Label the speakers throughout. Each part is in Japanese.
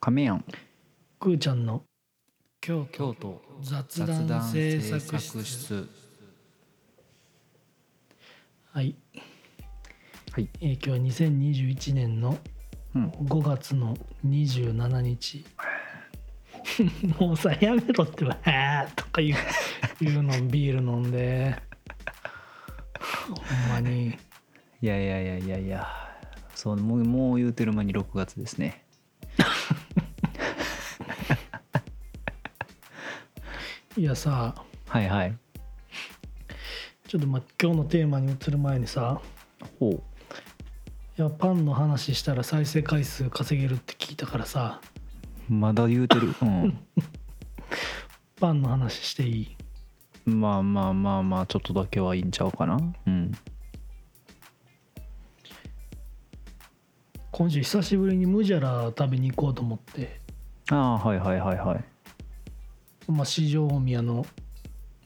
Speaker 1: 亀やん
Speaker 2: くーちゃんの京都
Speaker 3: 京都
Speaker 2: 雑
Speaker 3: 雑
Speaker 2: 談
Speaker 3: 談
Speaker 2: 制
Speaker 3: 制
Speaker 2: 作
Speaker 3: 作
Speaker 2: 室
Speaker 3: 室
Speaker 2: はい、
Speaker 1: はい
Speaker 2: えー今日は2021年の
Speaker 1: うん
Speaker 2: 5月の27日、 もうさやめろってば「 あー」とか言う言うのビール飲んでほんまに
Speaker 1: いやいやいやいやいやそうもうもう言うてる間に6月ですね
Speaker 2: いやさ
Speaker 1: はいはい
Speaker 2: ちょっとま今日のテーマに移る前にさ
Speaker 1: ほう
Speaker 2: いやパンの話したら再生回数稼げるって聞いたからさ
Speaker 1: まだ言うて るう
Speaker 2: パンの話していい
Speaker 1: んまあまあまあまあちょっとだけはいいんちゃうかなうん
Speaker 2: 今週久しぶりにムジャラ食べに行こうと思って、
Speaker 1: ああーはいはいはいはい
Speaker 2: まあ、市場大宮の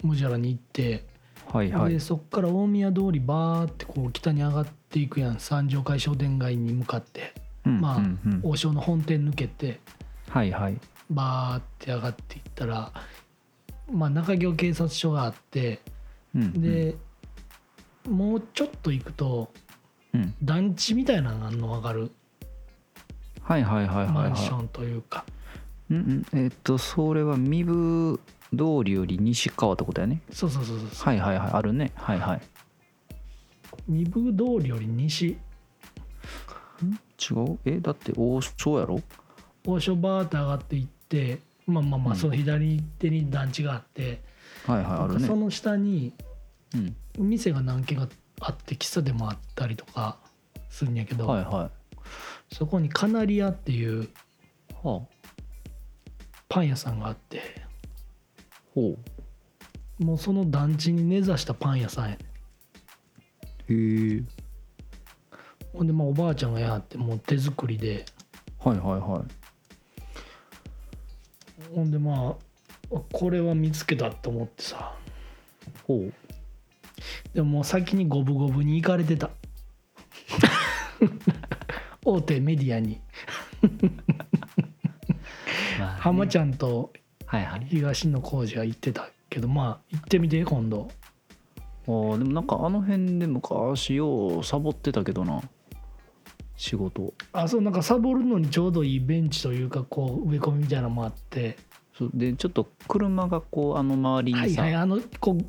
Speaker 2: ムジャラに行って、
Speaker 1: はいは
Speaker 2: で
Speaker 1: い
Speaker 2: そっから大宮通りバーってこう北に上がっていくやん三条会商店街に向かって
Speaker 1: うん
Speaker 2: まあ
Speaker 1: うんうん
Speaker 2: 王将の本店抜けて
Speaker 1: はいはい
Speaker 2: バーって上がっていったら、まあ、中京警察署があって
Speaker 1: うんうん
Speaker 2: で、もうちょっと行くと
Speaker 1: うん
Speaker 2: 団地みたいなのがあんの分かる
Speaker 1: はいはいはいは
Speaker 2: マ
Speaker 1: い
Speaker 2: ンシ
Speaker 1: は
Speaker 2: ョンというか、
Speaker 1: いうんうんえっとそれは身分通りより西川ってことやね
Speaker 2: そうそうそうそうそう
Speaker 1: はいはいはいあるねはいはい
Speaker 2: 二部通りより西
Speaker 1: 違うえだって王将やろ
Speaker 2: 王将バーって上がっていってまあまあまあ
Speaker 1: うん
Speaker 2: その左手に団地があって、
Speaker 1: はいはいあ
Speaker 2: なん
Speaker 1: る
Speaker 2: かそ
Speaker 1: ね
Speaker 2: の下に
Speaker 1: うん
Speaker 2: 店が何軒かあって喫茶でもあったりとかするんやけど、
Speaker 1: はいはい
Speaker 2: そこにカナリアっていう
Speaker 1: はあ
Speaker 2: パン屋さんがあって
Speaker 1: ほう
Speaker 2: もうその団地に根ざしたパン屋さんやね
Speaker 1: へえ
Speaker 2: ほんでまあおばあちゃんがやってもう手作りで
Speaker 1: はいはいはい
Speaker 2: ほんでまあこれは見つけたと思ってさ
Speaker 1: ほう
Speaker 2: でももう先に五分五分に行か れてた大手メディアに
Speaker 1: まあね
Speaker 2: 浜ちゃんと
Speaker 1: はいはい
Speaker 2: 東野浩二が行ってたけどまあ行ってみて今度
Speaker 1: あーでもなんかあの辺で昔ようサボってたけどな仕事
Speaker 2: あそうなんかサボるのにちょうどいいベンチというかこう植え込みみたいなのもあって
Speaker 1: そうでちょっと車がこうあの周り
Speaker 2: は
Speaker 1: に
Speaker 2: い
Speaker 1: さ、
Speaker 2: はいあのこう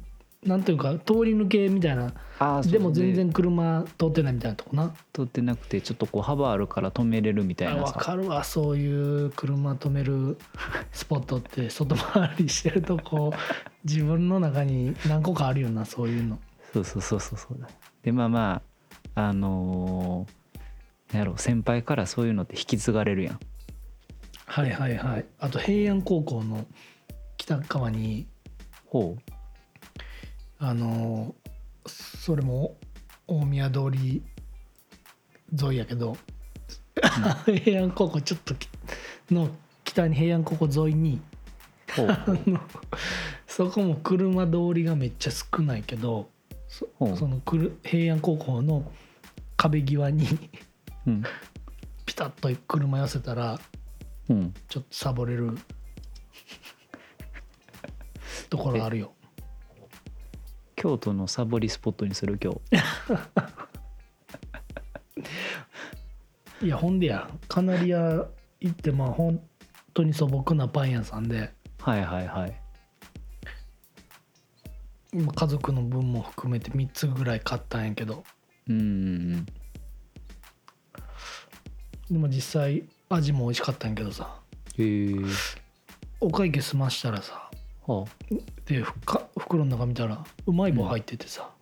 Speaker 2: なんというか通り抜けみたいな
Speaker 1: あーそう
Speaker 2: でも全然車通ってないみたいなとこな
Speaker 1: 撮ってなくてちょっとこう幅あるから止めれるみたい
Speaker 2: あ
Speaker 1: な
Speaker 2: わ
Speaker 1: さ
Speaker 2: かるわそういう車止めるスポットって外回りしてるとこう自分の中に何個かあるよなそういうの
Speaker 1: そうそうそうそうそうでまあまああのーなんやろ先輩からそういうのって引き継がれるやん
Speaker 2: はいはいはいあと平安高校の北側に
Speaker 1: ほう
Speaker 2: あのそれも大宮通り沿いやけど、平安高校ちょっときの北に平安高校沿いに
Speaker 1: ほう ほう
Speaker 2: あのそこも車通りがめっちゃ少ないけどそ
Speaker 1: ほう
Speaker 2: そのくる平安高校の壁際に
Speaker 1: うん
Speaker 2: ピタッと車寄せたら
Speaker 1: うん
Speaker 2: ちょっとサボれるところあるよ。
Speaker 1: 京都のサボりスポットにする今日
Speaker 2: いやほんでやカナリア行ってまあ本当に素朴なパン屋さんで
Speaker 1: はいはいはい
Speaker 2: まあ家族の分も含めて3つぐらい買ったんやけど
Speaker 1: うんうん
Speaker 2: でも実際味も美味しかったんやけどさ
Speaker 1: うんへえ
Speaker 2: お会計済ましたらさ
Speaker 1: はあ
Speaker 2: でふか袋の中見たらうまい棒入っててさ、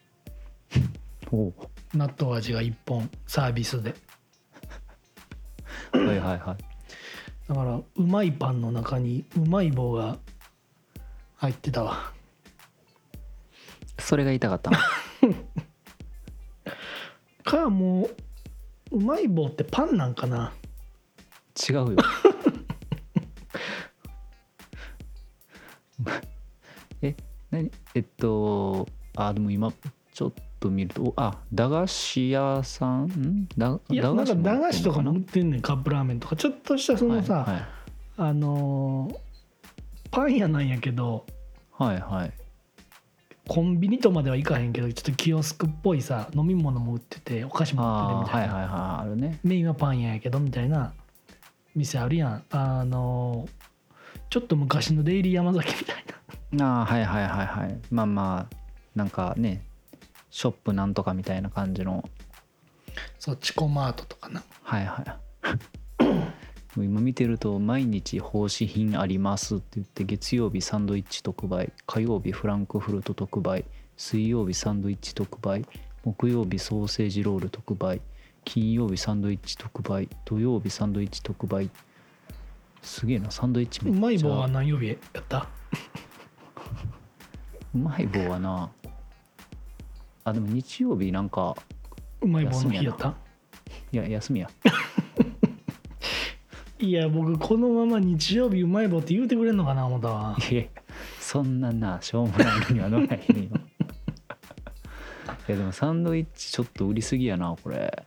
Speaker 1: ほう
Speaker 2: 納豆味が1本サービスで
Speaker 1: はいはいはい。
Speaker 2: だからうまいパンの中にうまい棒が入ってたわ
Speaker 1: それが言いたかったの。
Speaker 2: かもううまい棒ってパンなんかな
Speaker 1: 違 うよ。え、何えっと、あ、でも今、ちょっと見るとおあ駄菓子屋さんんだ
Speaker 2: いやなんか
Speaker 1: も
Speaker 2: 駄
Speaker 1: 売
Speaker 2: 菓
Speaker 1: って
Speaker 2: 子
Speaker 1: ん
Speaker 2: と
Speaker 1: の
Speaker 2: かも
Speaker 1: な
Speaker 2: 売ってんねんカップラーメンとかちょっとしたそのさ、
Speaker 1: はい
Speaker 2: あのーパン屋なんやけど
Speaker 1: はい、はいはい
Speaker 2: コンビニとまではいかへんけどちょっとキオスクっぽいさ飲み物も売っててお菓子も売
Speaker 1: あ
Speaker 2: っ
Speaker 1: ーは
Speaker 2: ててみた
Speaker 1: い
Speaker 2: いな、
Speaker 1: はいはいあるね
Speaker 2: メインはパン屋やけどみたいな店あるやんあのーちょっと昔のデイリー山崎みたいな
Speaker 1: ああはいはいはいはいまあまあなんかねショップなんとかみたいな感じの
Speaker 2: そうチコマートとかな
Speaker 1: はいはい もう今見てると毎日奉仕品ありますって言って月曜日サンドイッチ特売火曜日フランクフルト特売水曜日サンドイッチ特売木曜日ソーセージロール特売金曜日サンドイッチ特売土曜日サンドイッチ特売すげえなサンドイッチ
Speaker 2: う
Speaker 1: めっちゃ
Speaker 2: まい棒は何曜日やった
Speaker 1: うまい棒はなあでも日曜日なんか
Speaker 2: うまい棒の日
Speaker 1: 休み
Speaker 2: やっ
Speaker 1: や
Speaker 2: た
Speaker 1: いや休みや
Speaker 2: いや僕このまま日曜日うまい棒って言うてくれんのかな思ったわ
Speaker 1: いやそんななしょうもないのには乗らへんよ いやでもサンドイッチちょっと売りすぎやなこれ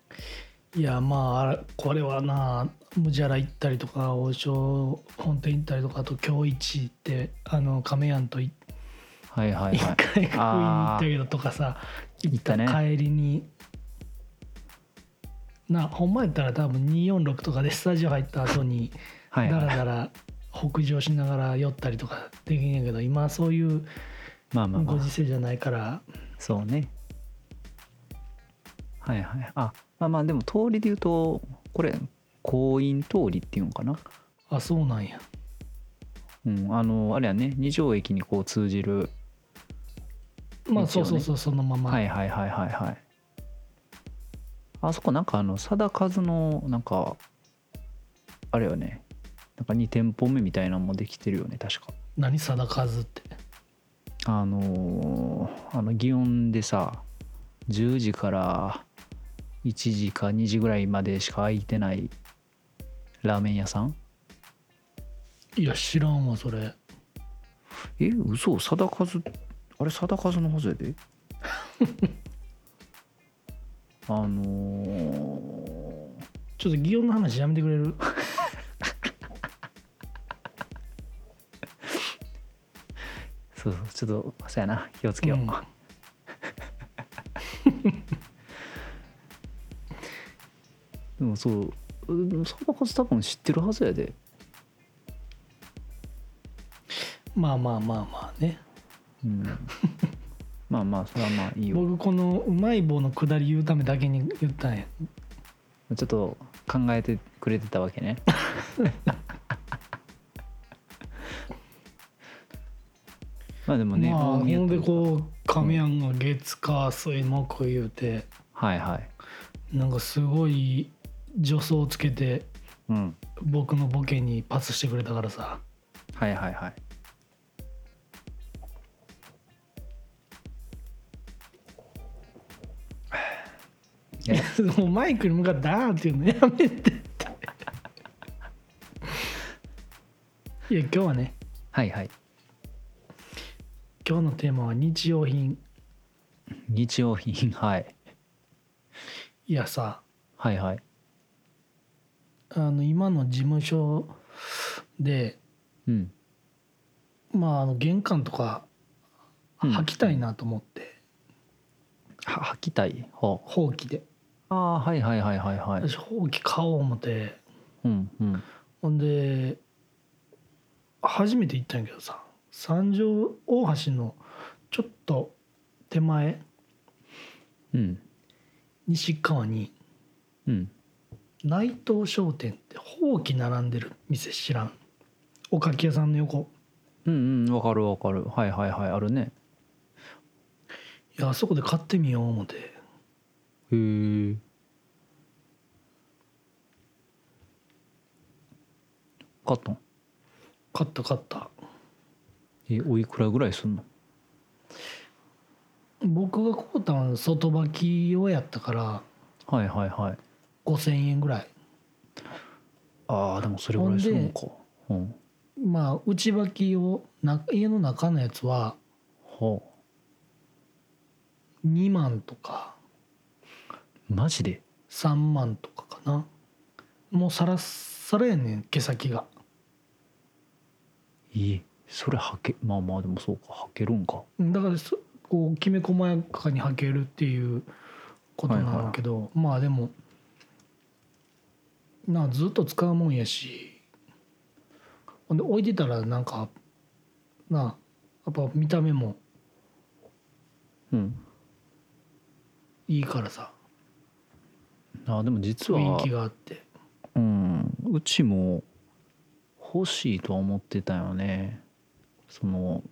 Speaker 2: いやまああれこれはな無ジャラ行ったりとか王将本店行ったりとかあと京一行ってあの亀やんとい
Speaker 1: はいはい
Speaker 2: 一
Speaker 1: はい
Speaker 2: 回食いに行ったけどとかさ
Speaker 1: 行ったね
Speaker 2: 帰りになほんまやったら多分246とかでスタジオ入った後に
Speaker 1: は
Speaker 2: だ
Speaker 1: い、
Speaker 2: ら
Speaker 1: はい、
Speaker 2: だら北上しながら酔ったりとかできんやけど今そういう
Speaker 1: まあまあま
Speaker 2: ご
Speaker 1: あ
Speaker 2: 時世じゃないから
Speaker 1: そうねはいはいあまあまあでも通りで言うとこれ婚姻通りっていうのかな
Speaker 2: あそうなんや
Speaker 1: うんあのあれやね二条駅にこう通じる
Speaker 2: まあ
Speaker 1: 一
Speaker 2: そ
Speaker 1: 応
Speaker 2: う
Speaker 1: ね
Speaker 2: そうそうそのまま、
Speaker 1: はいはいはいはいはいあそこなんかあの定数のなんかあれよねなんか2店舗目みたいなのもできてるよね確か
Speaker 2: 何定数って
Speaker 1: あのーあの祇園でさ10時から1時か2時ぐらいまでしか空いてないラーメン屋さん
Speaker 2: いや知らんわそれ
Speaker 1: え嘘定数あれ定数のはずや であのー
Speaker 2: ちょっと祇園の話やめてくれる
Speaker 1: そうそうちょっとそうやな気をつけよう、
Speaker 2: うん
Speaker 1: でもそううんでもサバカズ多分知ってるはずやで
Speaker 2: まあまあまあまあね
Speaker 1: うん まあまあそれはまあいいよ
Speaker 2: 僕このうまい棒のくだり言うためだけに言ったんや
Speaker 1: ちょっと考えてくれてたわけね まあでもね、
Speaker 2: まあ、
Speaker 1: 大宮
Speaker 2: ほん
Speaker 1: と
Speaker 2: でこう亀やんが月火水木言うて
Speaker 1: はいはい
Speaker 2: なんかすごい助走をつけて
Speaker 1: うん
Speaker 2: 僕のボケにパスしてくれたからさ
Speaker 1: はいはい はいいや
Speaker 2: もうマイクに向かって「あー」っていうのやめてっていや今日はね
Speaker 1: はいはい
Speaker 2: 今日のテーマは日用品
Speaker 1: 日用品はい
Speaker 2: いやさ
Speaker 1: はいはい
Speaker 2: あの今の事務所で
Speaker 1: うん
Speaker 2: まああの玄関とか
Speaker 1: うん
Speaker 2: 履きたいなと思って、
Speaker 1: は履きたいほう
Speaker 2: ほうきで
Speaker 1: ああはいはいはいはいはい
Speaker 2: 私ほうき買おう思って
Speaker 1: うんうん
Speaker 2: ほんで初めて行ったんやけどさ三条大橋のちょっと手前
Speaker 1: うん
Speaker 2: 西側に
Speaker 1: うん
Speaker 2: 内藤商店ってほうき並んでる店知らんおかき屋さんの横
Speaker 1: うんうんわかるわかるはいはいはいあるね
Speaker 2: いやあそこで買ってみよう思って
Speaker 1: へえ買ったん
Speaker 2: 買った買った
Speaker 1: えおいくらぐらいすんの
Speaker 2: 僕が買うたんは外履き用やったから
Speaker 1: はいはいはい
Speaker 2: 5,000円ぐらい
Speaker 1: ああでもそれぐらいするのかうん
Speaker 2: まあ内履きをな家の中のやつは
Speaker 1: ほ
Speaker 2: 2万とか
Speaker 1: マジで
Speaker 2: 3万とかかなもうサラッサラやねん毛先が
Speaker 1: いいそれはけまあまあでもそうかはけるんか
Speaker 2: だからそこうきめ細やかに履けるっていうことなんだけど、まあでもなあずっと使うもんやしほんで置いてたらなんかなあやっぱ見た目も
Speaker 1: うん
Speaker 2: いいからさ
Speaker 1: あでも実
Speaker 2: 雰
Speaker 1: は
Speaker 2: 囲気があって
Speaker 1: うんうちも欲しいとは思ってたよねその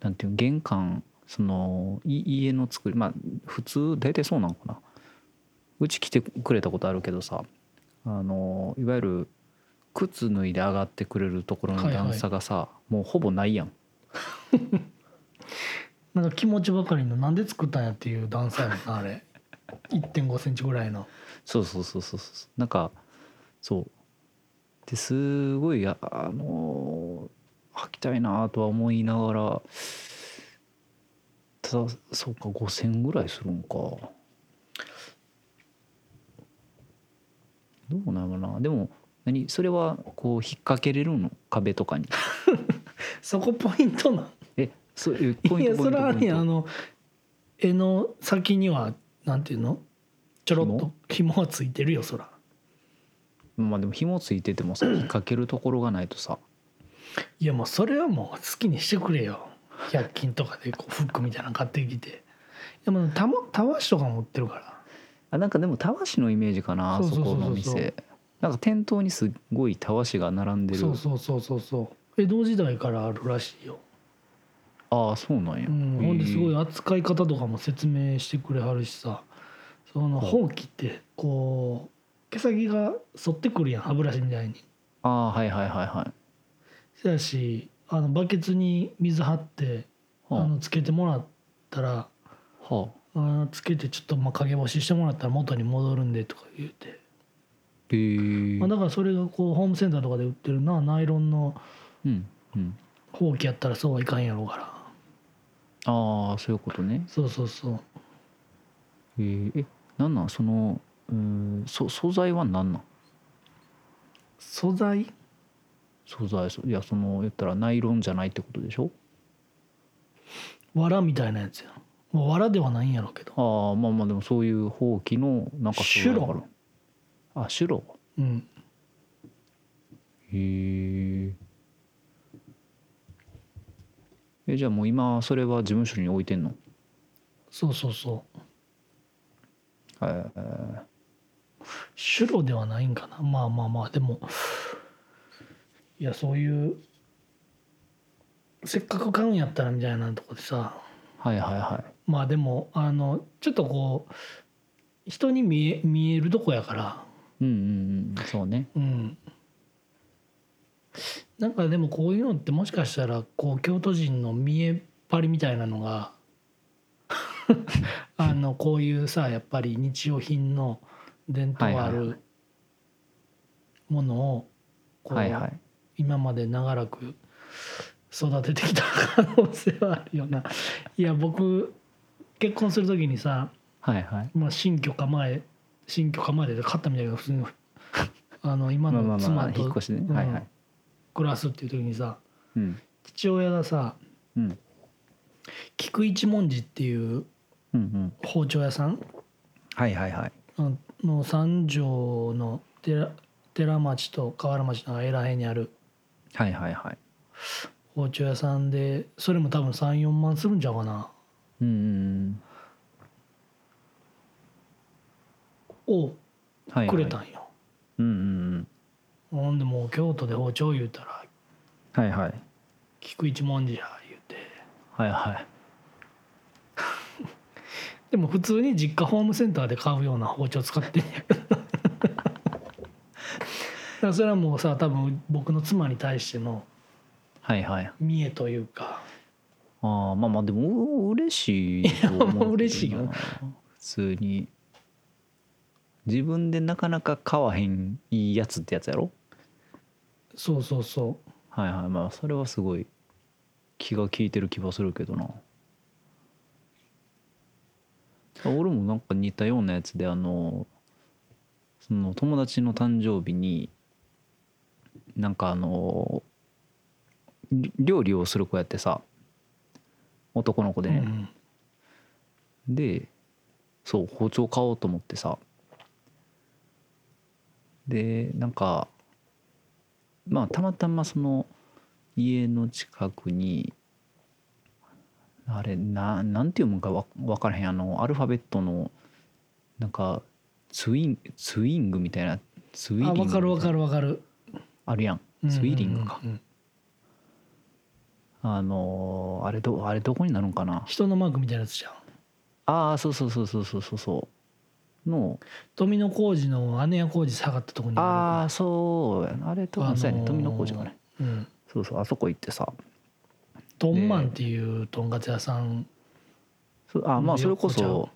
Speaker 1: なんていうの玄関そのい家の作りまあ普通大体そうなのかなうち来てくれたことあるけどさあのいわゆる靴脱いで上がってくれるところの
Speaker 2: はいはい
Speaker 1: 段差がさ、もうほぼないやん
Speaker 2: なんか気持ちばかりのなんで作ったんやっていう段差やもんなあ れ1.5センチぐらいの
Speaker 1: そうそうそうそうそうなんかそうですごいああのー履きたいなとは思いながらただそうか5,000ぐらいするんかどうなのなでも何それはこう引っ掛けれるの壁とかに
Speaker 2: そこポイントなん
Speaker 1: えそうえポ
Speaker 2: い
Speaker 1: イン
Speaker 2: や
Speaker 1: トポ
Speaker 2: そ
Speaker 1: イン
Speaker 2: れ
Speaker 1: ト
Speaker 2: は
Speaker 1: ポイ
Speaker 2: ね
Speaker 1: ン
Speaker 2: あ
Speaker 1: ト
Speaker 2: の絵の先にはなんていうのちょろっと紐はついてるよそら
Speaker 1: まあでも紐ついててもさ引っ掛けるところがないとさ
Speaker 2: いやもうそれはもう好きにしてくれよ100均とかでこうフックみたいなの買ってきていやもうたまたわしとかも売ってるから
Speaker 1: あなんかでもたわしのイメージかなあ
Speaker 2: そう
Speaker 1: そ
Speaker 2: そうそう
Speaker 1: こ
Speaker 2: そう
Speaker 1: の店なんか店頭にすっごいたわしが並んでる
Speaker 2: そうそうそうそうそう江戸時代からあるらしいよ、
Speaker 1: ああそうなんや、
Speaker 2: うん、ほんですごい
Speaker 1: へえ
Speaker 2: 扱い方とかも説明してくれはるしさそのほうきってこう毛先が反ってくるやん歯ブラシみたいに
Speaker 1: ああはいはいはいはい
Speaker 2: せやしあのバケツに水張ってあ
Speaker 1: は
Speaker 2: のつけてもらったら
Speaker 1: あ、はあ、
Speaker 2: あのつけてちょっとまあ陰干ししてもらったら元に戻るんでとか言うて、
Speaker 1: へえ
Speaker 2: まあ、だからそれがこうホームセンターとかで売ってるなナイロンの
Speaker 1: うんうん
Speaker 2: ほうきやったらそうはいかんやろうから
Speaker 1: ああそういうことね
Speaker 2: そうそうそう
Speaker 1: へええなんなんそのうーんそ素材はなんなん
Speaker 2: 素材
Speaker 1: 素材そいやその言ったらナイロンじゃないってことでしょ
Speaker 2: 藁みたいなやつやん、まあ、藁ではないんやろうけど
Speaker 1: ああまあまあでもそういうほうきのなんか素材がある
Speaker 2: シュ
Speaker 1: あシュロ
Speaker 2: うん
Speaker 1: へええじゃあもう今それは事務所に置いてんの
Speaker 2: そうそうそう
Speaker 1: え
Speaker 2: シュロではないんかなまあまあまあでもいやそういうせっかく買うんやったらみたいなとこでさ
Speaker 1: はいはいは
Speaker 2: まあでもあのちょっとこう人に見え見えるとこやから
Speaker 1: いうんうんうんそうね
Speaker 2: うんなんかでもこういうのってもしかしたらこう京都人の見えっ張りみたいなのが あのこういうさやっぱり日用品の伝統あ
Speaker 1: はいはいは
Speaker 2: るものをこう
Speaker 1: はいはい
Speaker 2: 今まで長らく育ててきた可能性はあるよな。いや僕結婚する時にさ、
Speaker 1: はいはい
Speaker 2: まあ、新居構え新居構えで買ったみたいな 普通にあの今
Speaker 1: まあま
Speaker 2: の
Speaker 1: あまあ
Speaker 2: 妻
Speaker 1: 引っ
Speaker 2: と
Speaker 1: 越しね、
Speaker 2: うん
Speaker 1: はいはい
Speaker 2: 暮らすっていう時にさ
Speaker 1: うん
Speaker 2: 父親がさ
Speaker 1: うん
Speaker 2: 菊一文字っていう
Speaker 1: うんうん
Speaker 2: 包丁屋さん
Speaker 1: はいはいはい
Speaker 2: あの三条の寺寺町と河原町の間へにある
Speaker 1: はいはいはい
Speaker 2: 包丁屋さんでそれも多分34万するんちゃうかな
Speaker 1: うんうんうん
Speaker 2: を
Speaker 1: はいはい
Speaker 2: くれたんよ。
Speaker 1: うんうんうん
Speaker 2: ほんでもう京都で包丁言うたら
Speaker 1: はいはい
Speaker 2: 菊一文字や言うて
Speaker 1: はいはい
Speaker 2: でも普通に実家ホームセンターで買うような包丁使ってんやけどだからそれはもうさ多分僕の妻に対しての
Speaker 1: はいはい
Speaker 2: 見栄というか
Speaker 1: ああまあまあでもう嬉しいと思うけど
Speaker 2: いや
Speaker 1: な
Speaker 2: 嬉しいよ
Speaker 1: 普通に自分でなかなか買わへんいいやつってやつやろ
Speaker 2: そうそうそ
Speaker 1: はいはいまあそれはすごい気が利いてる気はするけどな俺もなんか似たようなやつであのその友達の誕生日になんかあのり料理をする子やってさ男の子でね、
Speaker 2: うん
Speaker 1: でそう包丁買おうと思ってさでなんかまあたまたまその家の近くにあれななんて読むんかわ分からへんあのアルファベットのなんかツインツイングみたいなツイリン
Speaker 2: あ
Speaker 1: グ
Speaker 2: 分かる分かる分かる
Speaker 1: あるやん
Speaker 2: うん
Speaker 1: ツイリングか、
Speaker 2: うんうん
Speaker 1: あのーあれどあれどこになるんかな
Speaker 2: 人のマークみたいなやつじゃん
Speaker 1: ああそうそうそうそうそうそうそうの
Speaker 2: 富野浩二の姉屋浩二下がったとこに
Speaker 1: ああそうやなあれ多
Speaker 2: あ
Speaker 1: 分
Speaker 2: のー
Speaker 1: そうやね富野工場がね
Speaker 2: るうん
Speaker 1: そうそうあそこ行ってさ
Speaker 2: トンマンっていうとんかつ屋さん
Speaker 1: そあまあそれこ
Speaker 2: 富野工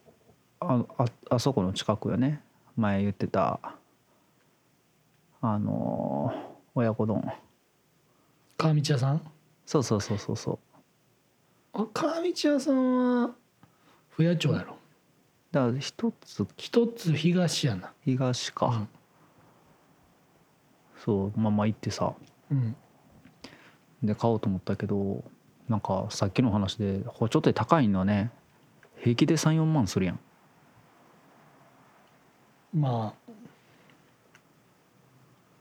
Speaker 1: そあああそこの近くよね前言ってたあのー親子丼
Speaker 2: 川道屋さん
Speaker 1: そうそうそうそうそう
Speaker 2: あ川道屋さんは不夜町やろ
Speaker 1: だから一つ
Speaker 2: 一つ東やな
Speaker 1: 東か、そうまあまあ行ってさ
Speaker 2: うん
Speaker 1: で買おうと思ったけどなんかさっきの話で包丁って高いのね平気で34万するやん
Speaker 2: まあ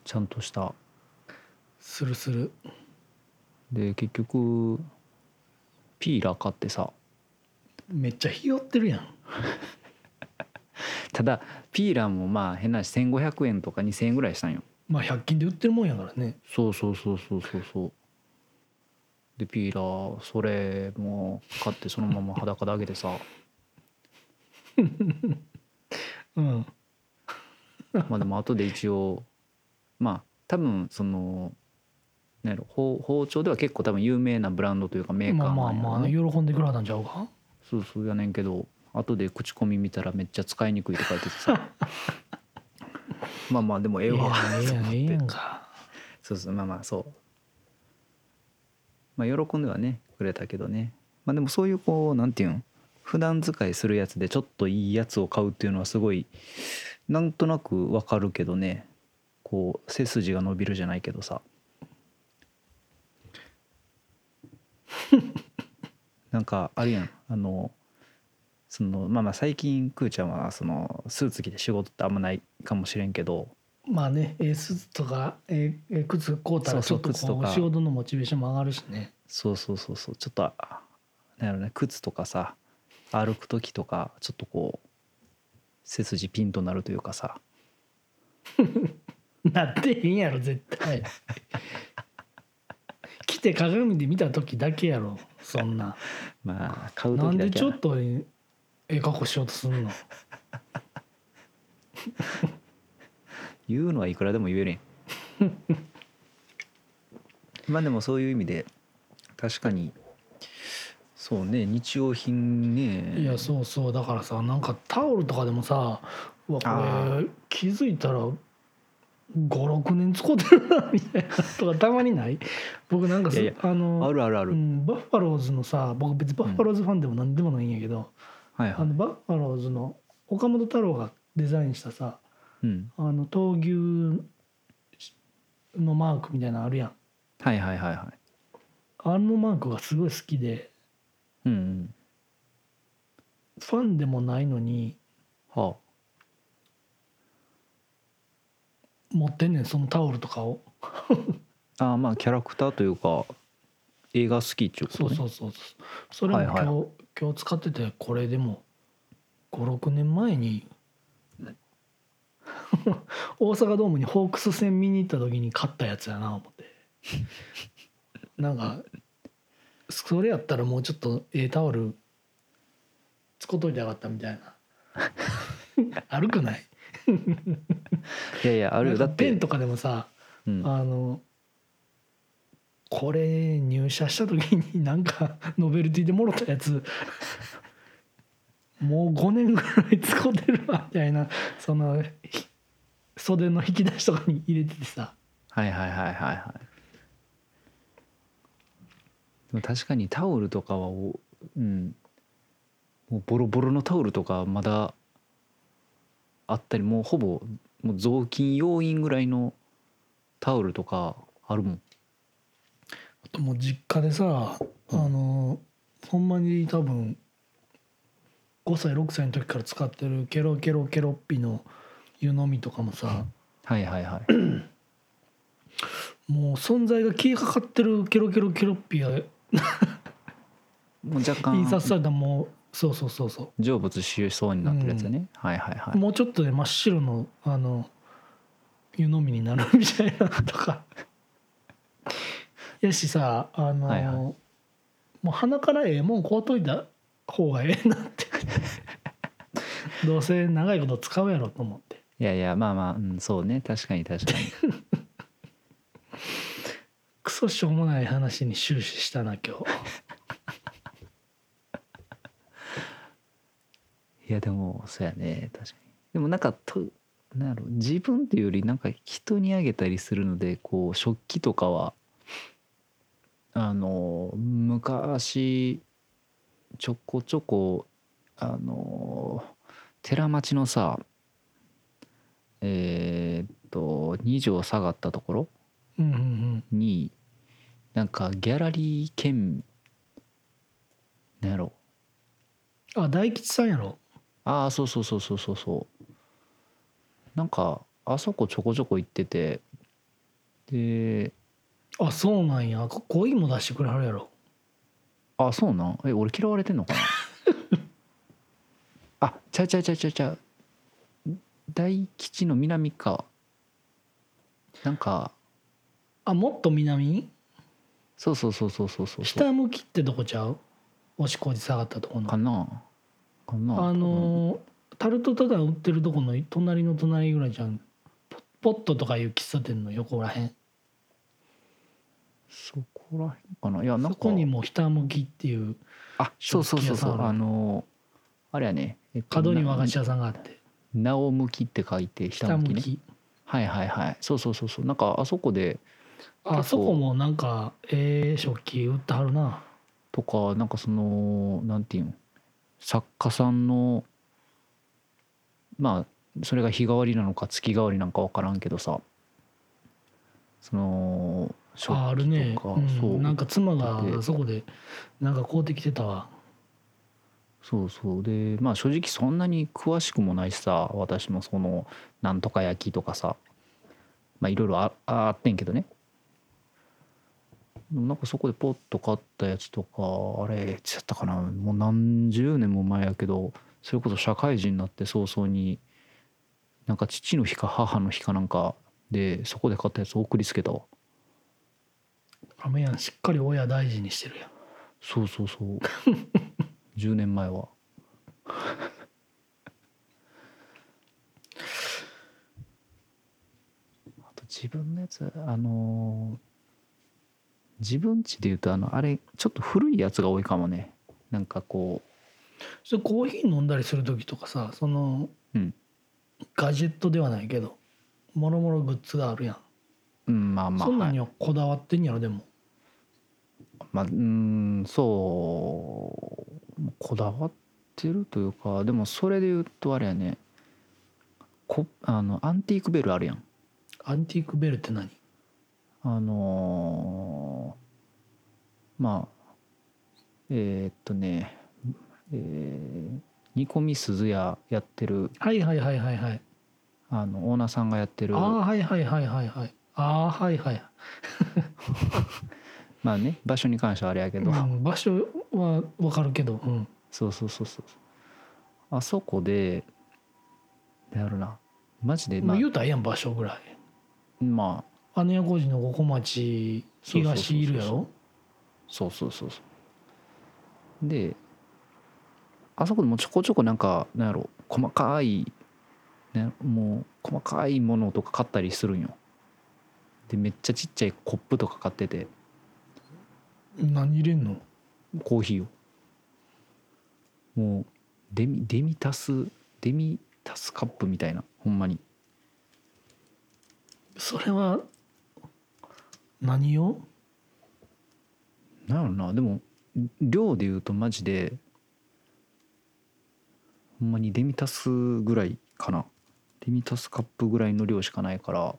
Speaker 1: ちゃんとした
Speaker 2: するする
Speaker 1: で結局ピーラー買ってさ
Speaker 2: めっちゃひよってるやん
Speaker 1: ただピーラーもまあ変なし1500円とか2000円ぐらいしたんよ
Speaker 2: まあ100均で売ってるもんやからね
Speaker 1: そうそうそうそうそうそうでピーラーそれも買ってそのまま裸であげてさ
Speaker 2: うん
Speaker 1: まあでも後で一応まあ多分そのなんやろ包包丁では結構多分有名なブランドというかメーカ
Speaker 2: まあ
Speaker 1: ーな
Speaker 2: まあ
Speaker 1: んやろ
Speaker 2: まあ
Speaker 1: ね
Speaker 2: 喜んでくれはったんちゃうか
Speaker 1: そうそうやねんけど後で口コミ見たらめっちゃ使いにくいって書いてて さまあまあでもええわ
Speaker 2: ええやんええやんええやんか
Speaker 1: そうそうまあまあそうまあ喜んではねくれたけどねまあでもそういうこうなんていうん普段使いするやつでちょっといいやつを買うっていうのはすごいなんとなくわかるけどねこう背筋が伸びるじゃないけどさ なんかあるやんあのそのまあまあ最近くーちゃんはそのスーツ着て仕事ってあんまないかもしれんけど
Speaker 2: まあねええスーツとかええええ靴買うたらち
Speaker 1: そ
Speaker 2: ょ
Speaker 1: う
Speaker 2: っ
Speaker 1: そう
Speaker 2: と
Speaker 1: 靴と
Speaker 2: こう
Speaker 1: か
Speaker 2: 仕事のモチベーションも上がるしね
Speaker 1: そうそうそうそうちょっとあなんやろね靴とかさ歩く時とかちょっとこう背筋ピンとなるというかさ
Speaker 2: なってへんやろ絶 対来て鏡で見た時だけやろそんな
Speaker 1: まあ買う
Speaker 2: な
Speaker 1: 時
Speaker 2: ん
Speaker 1: だ
Speaker 2: で
Speaker 1: け
Speaker 2: ち
Speaker 1: や
Speaker 2: ょ
Speaker 1: な
Speaker 2: っとええ格好しようとすんの
Speaker 1: 言うのはいくらでも言えるやん まあでもそういう意味で確かにそうね日用品ね
Speaker 2: いやそうそうだからさなんかタオルとかでもさうわ
Speaker 1: あ
Speaker 2: これ気づいたら56年使ってるなみたいなとかたまにない 僕なんかす
Speaker 1: いやいや
Speaker 2: あの
Speaker 1: あるあるあ
Speaker 2: う
Speaker 1: る、
Speaker 2: ん、バッファローズのさ僕別にバッファローズファンでも何でもないんやけど、
Speaker 1: はいは
Speaker 2: あ
Speaker 1: い
Speaker 2: のバッファローズの岡本太郎がデザインしたさ
Speaker 1: うん
Speaker 2: あの闘牛のマークみたいなのあるやん
Speaker 1: はいはいはいはい
Speaker 2: あのマークがすごい好きで
Speaker 1: うんうん
Speaker 2: ファンでもないのに
Speaker 1: は
Speaker 2: 持ってんねんそのタオルとかを
Speaker 1: ああーまあキャラクターというか映画好きっちゅうこと
Speaker 2: そう
Speaker 1: ね
Speaker 2: そうそうそうそれも今日、
Speaker 1: はいは
Speaker 2: 今日使っててこれでも56年前に 大阪ドームにホークス戦見に行った時に勝ったやつやな思ってなんかそれやったらもうちょっとええタオル使っといてよかったみたい な悪くない
Speaker 1: いやいやあるよだ
Speaker 2: なん
Speaker 1: っ
Speaker 2: か
Speaker 1: て
Speaker 2: ペンとかでもさ
Speaker 1: うん
Speaker 2: あのこれ入社した時になんかノベルティでもろたやつ もう5年ぐらい使ってるわみたいなそのひ袖の引き出しとかに入れててさ
Speaker 1: はいはいはいはいはいでも確かにタオルとかはおうんもうボロボロのタオルとかまだあったりもうほぼもう雑巾要員ぐらいのタオルとかあるもん
Speaker 2: あともう実家でさ、
Speaker 1: うん
Speaker 2: あのほんまに多分5歳6歳の時から使ってるケロケロケロッピの湯飲みとかもさ、
Speaker 1: はいはいはい
Speaker 2: もう存在が消えかかってるケロケロケロッピが
Speaker 1: もう若
Speaker 2: 印刷
Speaker 1: 干
Speaker 2: されたもうそうそうそうそう、
Speaker 1: 成仏しそうになってるやつだね、はいはいはい
Speaker 2: もうちょっとで真っ白のあの湯飲みになるみたいなのとか やしさあの、
Speaker 1: はいはい
Speaker 2: もう鼻からええもん買うといた方がええなって どうせ長いこと使うやろと思って
Speaker 1: いやいやまあまあ、うん、そうね確かに確かに
Speaker 2: クソしょうもない話に終始したな今日
Speaker 1: いやでもそうやね確かにでもなんかとなんやろ自分っていうよりなんか人にあげたりするのでこう食器とかはあの昔ちょこちょこあの寺町のさえーっと2畳下がったところ
Speaker 2: うんうんうん
Speaker 1: になんかギャラリー兼なんやろ
Speaker 2: あ大吉さんやろ
Speaker 1: ああそうそうそうそうそうそうなんかあそこちょこちょこ行っててで
Speaker 2: あそうなんやこコインも出してくれはるやろ
Speaker 1: あそうなんえ俺嫌われてんのかな あちゃうちゃうちゃうちゃうちゃう大吉の南かなんか
Speaker 2: あもっと南
Speaker 1: そうそうそうそうそうそうそう
Speaker 2: 下向きってどこちゃう押しこじ下がったとこの
Speaker 1: かなかな
Speaker 2: あのータルトタダ売ってるとこの隣の隣ぐらいじゃんポポットとかいう喫茶店の横らへん
Speaker 1: そこらへんかないやなんか
Speaker 2: そこにもひたむきっていう
Speaker 1: あそうそうそうそう
Speaker 2: 食器屋さんある
Speaker 1: あのあれやね、えっと
Speaker 2: 角に和菓子屋さんがあって
Speaker 1: なお向きって書いて
Speaker 2: ひ
Speaker 1: 下
Speaker 2: た
Speaker 1: 向
Speaker 2: む
Speaker 1: きね
Speaker 2: き
Speaker 1: はいはいはいそうそうそうそうなんかあそこで
Speaker 2: あ
Speaker 1: 結
Speaker 2: そ
Speaker 1: 構
Speaker 2: こもなんかええ食器売ってはるな
Speaker 1: とかなんかそのなんていうん作家さんのまあそれが日替わりなのか月替わりなんか分からんけどさその食器
Speaker 2: ああるね
Speaker 1: と、か、
Speaker 2: うん
Speaker 1: そう
Speaker 2: なんか妻
Speaker 1: で
Speaker 2: がそこでなんか買うてきてたわ
Speaker 1: そうそうでまあ正直そんなに詳しくもないしさ私もそのなんとか焼きとかさまあいろいろあああってんけどねなんかそこでポッと買ったやつとかあれいつやったかなもう何十年も前やけどそれこそ社会人になって早々になんか父の日か母の日かなんかでそこで買ったやつ送りつけたわ
Speaker 2: ラメやんしっかり親大事にしてるやん
Speaker 1: そうそうそう 10年前はあと自分のやつあのー自分家でいうとあのあれちょっと古いやつが多いかもねなんかこ
Speaker 2: それコーヒー飲んだりする時とかさその、
Speaker 1: うん
Speaker 2: ガジェットではないけどもろもろグッズがあるやん、
Speaker 1: ううんまあまあ
Speaker 2: そんなん
Speaker 1: はい
Speaker 2: にはこだわってんやろでも
Speaker 1: まあうーんそうこだわってるというかでもそれで言うとあれやねこあのアンティークベルあるやん
Speaker 2: アンティークベルって何
Speaker 1: あのーまあえーっとね、えー煮込み鈴屋やってる
Speaker 2: はいはいはいはいはい
Speaker 1: あのオーナーさんがやってる
Speaker 2: ああはいはいはいはいはいああはいはい、
Speaker 1: まあね場所に関してはあれやけ
Speaker 2: う
Speaker 1: ど、
Speaker 2: ん、場所はわかるけど、うん、
Speaker 1: そうそうそうそうあそこでなんやろなマジでま
Speaker 2: もう言
Speaker 1: あ
Speaker 2: うたらええやん場所ぐらい
Speaker 1: まあ
Speaker 2: 姉屋小路の五湖町東いるやろ
Speaker 1: そうそうそうそうであそこでもちょこちょこなんかなんやろ細かい、ね、もう細かいものとか買ったりするんよでめっちゃちっちゃいコップとか買ってて
Speaker 2: 何入れんの
Speaker 1: コーヒーをもうデミデミタスデミタスカップみたいなほんまに
Speaker 2: それは何を
Speaker 1: なんやろなでも量で言うとマジでほんまにデミタスぐらいかなデミタスカップぐらいの量しかないから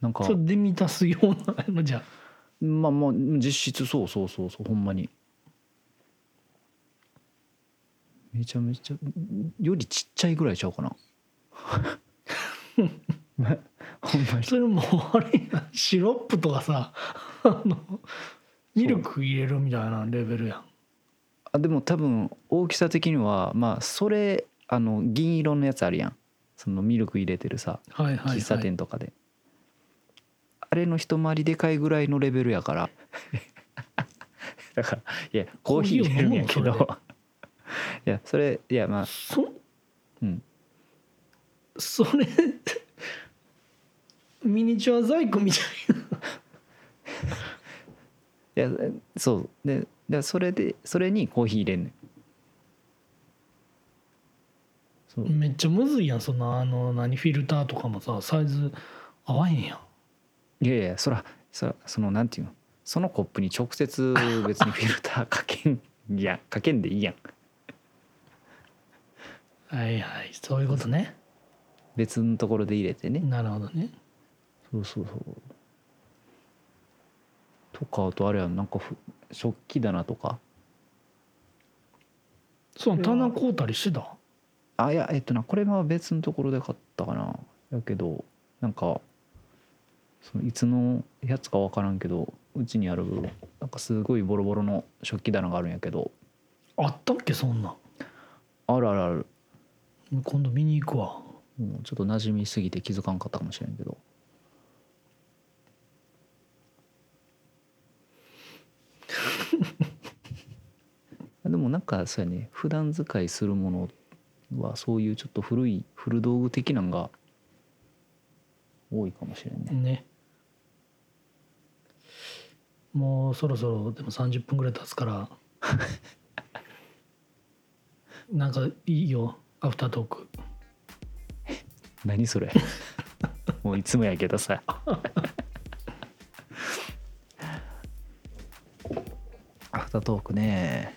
Speaker 1: なんか
Speaker 2: それで満たすようなのじ ゃあ
Speaker 1: まあまあ実質そうそうそうそうほんまにめちゃめちゃよりちっちゃいぐらいちゃうかな ほんまに
Speaker 2: それもうあれやんシロップとかさあのミルク入れるみたいなレベルやん
Speaker 1: あでも多分大きさ的にはまあそれあの銀色のやつあるやんそのミルク入れてるさ
Speaker 2: はいはい、はい、
Speaker 1: 喫茶店とかで、あれの一回りでかいぐらいのレベルやから だからいやコーヒー入れるんやけ
Speaker 2: コーヒーを飲む
Speaker 1: ど いやそれいやまあ
Speaker 2: そ
Speaker 1: うん
Speaker 2: それミニチュア細工みたい
Speaker 1: いやそうででそれでそれにコーヒー入れんねんそう
Speaker 2: なめっちゃむずいやんそんなあの何フィルターとかもさサイズ合わへんやん
Speaker 1: いやいやそらそらそのなんていうのそのコップに直接別にフィルターかけん いやかけんでいいやん
Speaker 2: はいはいそういうことね
Speaker 1: 別のところで入れてね
Speaker 2: なるほどね
Speaker 1: そうそうそうとかあとあれやんなんかふ食器棚とか
Speaker 2: そう棚買うたりしてた
Speaker 1: あいやえっとなこれは別のところで買ったかなやけどなんかそのいつのやつか分からんけどうちにあるなんかすごいボロボロの食器棚があるんやけど
Speaker 2: あったっけそんなん
Speaker 1: あるあるある
Speaker 2: 今度見に行くわ
Speaker 1: もうちょっと馴染みすぎて気づかんかったかもしれんけどでもなんかそうやね普段使いするものはそういうちょっと古い古道具的なんが多いかもしれんね
Speaker 2: ねもうそろそろでも30分ぐらい経つから なんかいいよアフタートーク
Speaker 1: 何そ れもういつもやけどさ アフタートークね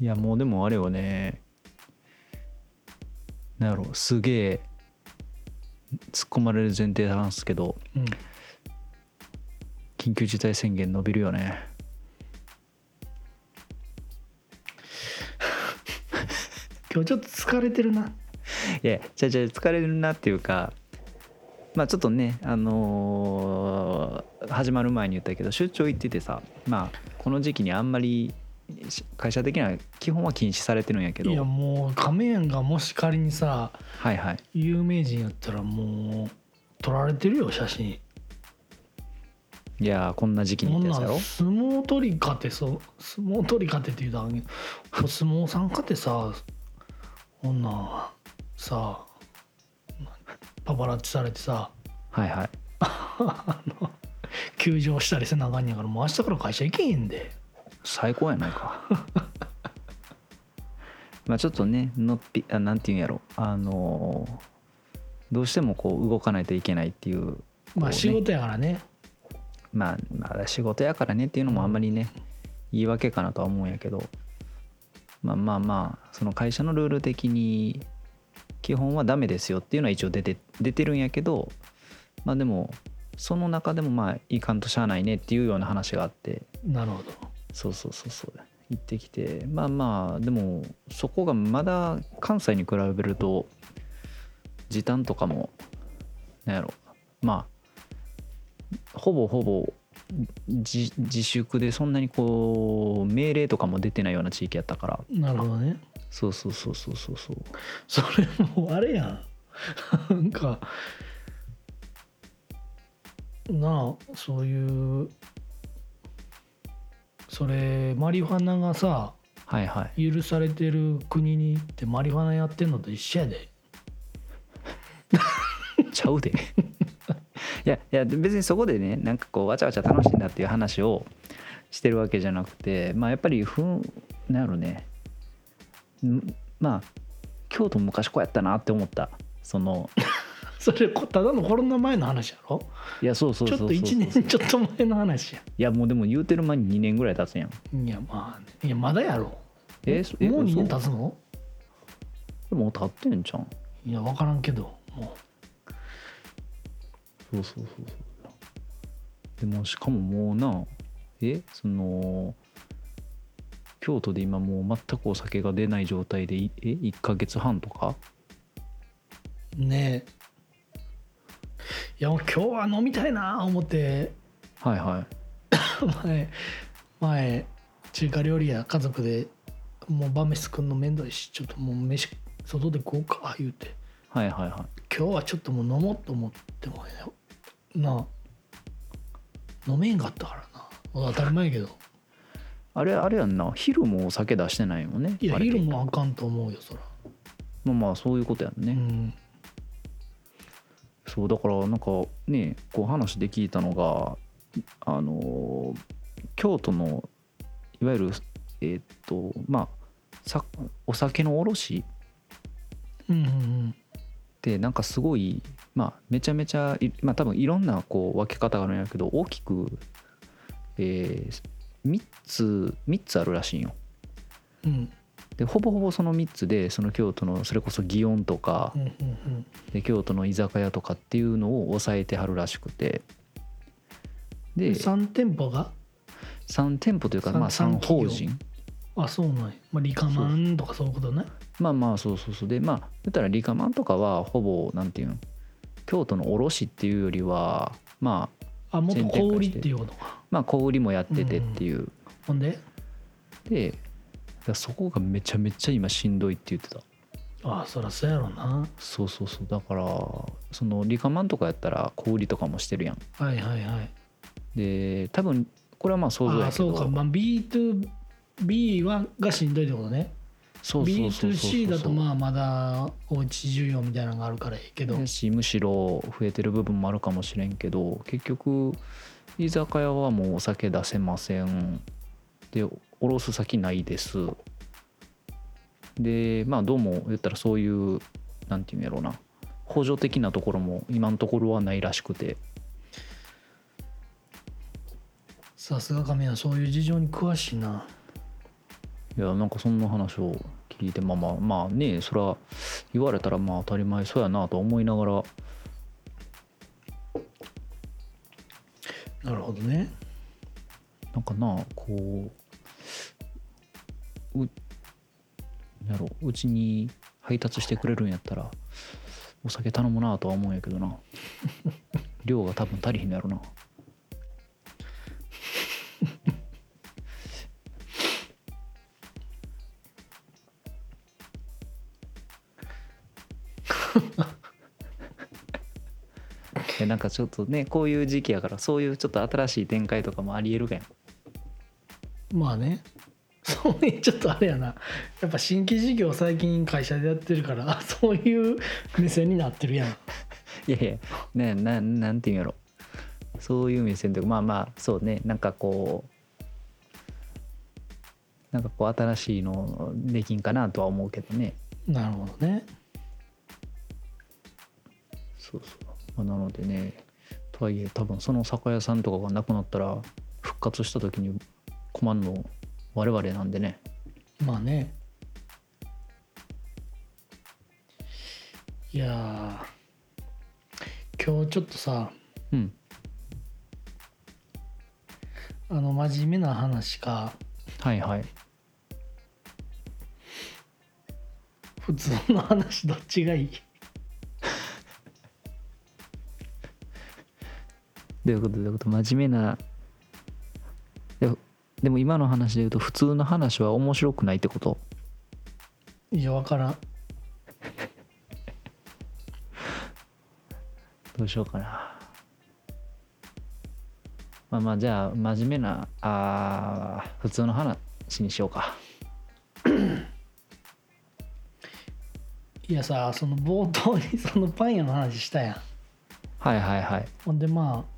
Speaker 1: いやもうでもあれはねなんやろすげえ突っ込まれる前提なんですけど
Speaker 2: うん
Speaker 1: 緊急事態宣言伸びるよね
Speaker 2: 今日ちょっと疲れてるない
Speaker 1: やじゃあじゃあ疲れるなっていうかまあちょっとねあのー始まる前に言ったけど出張行っててさまあこの時期にあんまりし会社的には基本は禁止されてるんやけ
Speaker 2: いや
Speaker 1: ど
Speaker 2: もう仮面がもし仮にさ
Speaker 1: はいはい
Speaker 2: 有名人やったらもう撮られてるよ写真
Speaker 1: いやーこんな時期に
Speaker 2: こ
Speaker 1: っ
Speaker 2: ん
Speaker 1: て
Speaker 2: な
Speaker 1: やつ
Speaker 2: ん
Speaker 1: や
Speaker 2: 相
Speaker 1: ろ
Speaker 2: 撲取りかてそう相撲取りかてって言うたらあげんお相撲さんかてさこんなんさパパラッチされてさ
Speaker 1: はいはい
Speaker 2: あの休場したりせなあかんねやからもう明日から会社行けへんで
Speaker 1: 最高やないか まあちょっとねのっぴあなんていうんやろあのーどうしてもこう動かないといけないっていう
Speaker 2: まあ
Speaker 1: こうね
Speaker 2: 仕事やからね
Speaker 1: まあ、まあ仕事やからねっていうのもあんまりね言い訳かなとは思うんやけどまあまあまあその会社のルール的に基本はダメですよっていうのは一応出て出てるんやけどまあでもその中でもまあいかんとしゃあないねっていうような話があって
Speaker 2: なるほど
Speaker 1: そうそうそうそう行ってきてまあまあでもそこがまだ関西に比べると時短とかもなんやろまあほぼほぼ自自粛でそんなにこう命令とかも出てないような地域やったから
Speaker 2: なるほどね
Speaker 1: そうそうそうそうそうそう
Speaker 2: それもうあれやんなんかなあそういうそれマリファナがさ
Speaker 1: はいはい
Speaker 2: 許されてる国に行ってマリファナやってんのと一緒やで
Speaker 1: ちゃうで いやいや別にそこでねなんかこうわちゃわちゃ楽しいんだっていう話をしてるわけじゃなくてまあやっぱりふんなんやろねんまあ京都昔こうやったなって思ったその
Speaker 2: それこただのコロナ前の話やろ
Speaker 1: い やそうそう
Speaker 2: ち
Speaker 1: そ
Speaker 2: ょ
Speaker 1: う
Speaker 2: っと
Speaker 1: そう
Speaker 2: 1年ちょっと前の話や
Speaker 1: いやもうでも言うてる間に2年ぐらい経つやん
Speaker 2: いやまあねいやまだやろ
Speaker 1: えそえ
Speaker 2: もう2
Speaker 1: 嘘
Speaker 2: 年経つの
Speaker 1: もう経ってんじゃん
Speaker 2: いや分からんけども
Speaker 1: そうそうそうそうでもしかももうなえその京都で今もう全くお酒が出ない状態でいえ1ヶ月半とか
Speaker 2: うねえいやもう今日は飲みたいな思って
Speaker 1: はいはい
Speaker 2: 前前中華料理屋家族でもう晩飯作んの面倒いしちょっともう飯外で食おうか言うて
Speaker 1: はいはいは
Speaker 2: 今日はちょっともう飲もうと思ってもねなあ飲めんかったからなまあ当たり前やけど
Speaker 1: いあれあれやんな昼もお酒出してないもんね
Speaker 2: いや
Speaker 1: あれ
Speaker 2: 昼もあかんと思うよそら
Speaker 1: まあまあそういうことやんね、
Speaker 2: うん
Speaker 1: そうだからなんかねこう話で聞いたのがあの京都のいわゆるえーっとまあさお酒の卸
Speaker 2: うんうん
Speaker 1: ってなんかすごいまあめちゃめちゃいまあ多分いろんなこう分け方があるんやけど大きく、えー、3つ3つあるらしいんよ。
Speaker 2: うんうん
Speaker 1: でほぼほぼその3つでその京都のそれこそ祇園とか
Speaker 2: うんうん
Speaker 1: で京都の居酒屋とかっていうのを抑えてはるらしくて
Speaker 2: うん
Speaker 1: で
Speaker 2: 3店舗が
Speaker 1: 3店舗というか
Speaker 2: 三
Speaker 1: まあ
Speaker 2: 三
Speaker 1: 3
Speaker 2: 企業
Speaker 1: 法人
Speaker 2: あそうなんや、まあ、リカマンとかそういうことね
Speaker 1: まあまあそうそうそうでまあ言ったらリカマンとかはほぼなんていうの京都の卸っていうよりはまあ
Speaker 2: あもっと
Speaker 1: 全展
Speaker 2: 小売
Speaker 1: 開
Speaker 2: り
Speaker 1: し
Speaker 2: ってていうのか
Speaker 1: まあ小売りもやっててっていう、
Speaker 2: ほんで
Speaker 1: でだからそこがめちゃめちゃ今しんどいって言ってた
Speaker 2: あそらそうやろな
Speaker 1: そうそうそうだからそのリカマンとかやったら小売りとかもしてるやん
Speaker 2: はいはいはい
Speaker 1: で多分これはまあ想像
Speaker 2: あ
Speaker 1: やけ
Speaker 2: そう
Speaker 1: ど
Speaker 2: か、まあ、B2B はがしんどいってことね
Speaker 1: そうそうそうそうそう
Speaker 2: B2C だとまあまだおうち需要みたいなのがあるからいいけど
Speaker 1: やしむしろ増えてる部分もあるかもしれんけど結局居酒屋はもうお酒出せませんでおろす先ないですでまあどうも言ったらそういうなんていうんやろうな補助的なところも今のところはないらしくて
Speaker 2: さすが亀はそういう事情に詳しいない
Speaker 1: やなんかそんな話を聞いてまあまあまあねそら言われたらまあ当たり前そうやなとは思いながら
Speaker 2: なるほどね
Speaker 1: なんかなこううなんやろうちに配達してくれるんやったらお酒頼むなとは思うんやけどな量が多分足りへんのやろなえなんかちょっとねこういう時期やからそういうちょっと新しい展開とかもありえるかやん
Speaker 2: まあね そうねちょっとあれやなやっぱ新規事業最近会社でやってるから あそういう目線になってるやん
Speaker 1: いやいやねななんていうんやろそういう目線というかまあまあそうねなんかこうなんかこう新しいのできんかなとは思うけどね
Speaker 2: なるほどね
Speaker 1: そうそう、まあ、なのでねとはいえ多分その酒屋さんとかがなくなったら復活した時に困るの我々なんでね
Speaker 2: まあねいやー今日ちょっとさ
Speaker 1: うん
Speaker 2: あの真面目な話か
Speaker 1: はいはい
Speaker 2: 普通の話どっちがいい
Speaker 1: どういうことどういうこと真面目なででも今の話で言うと普通の話は面白くないってこと
Speaker 2: いやわからん
Speaker 1: どうしようかな。まあまあじゃあ真面目なあー普通の話にしようか。
Speaker 2: いやさその冒頭にそのパン屋の話したやん
Speaker 1: はいはいはい。
Speaker 2: ほんでまあ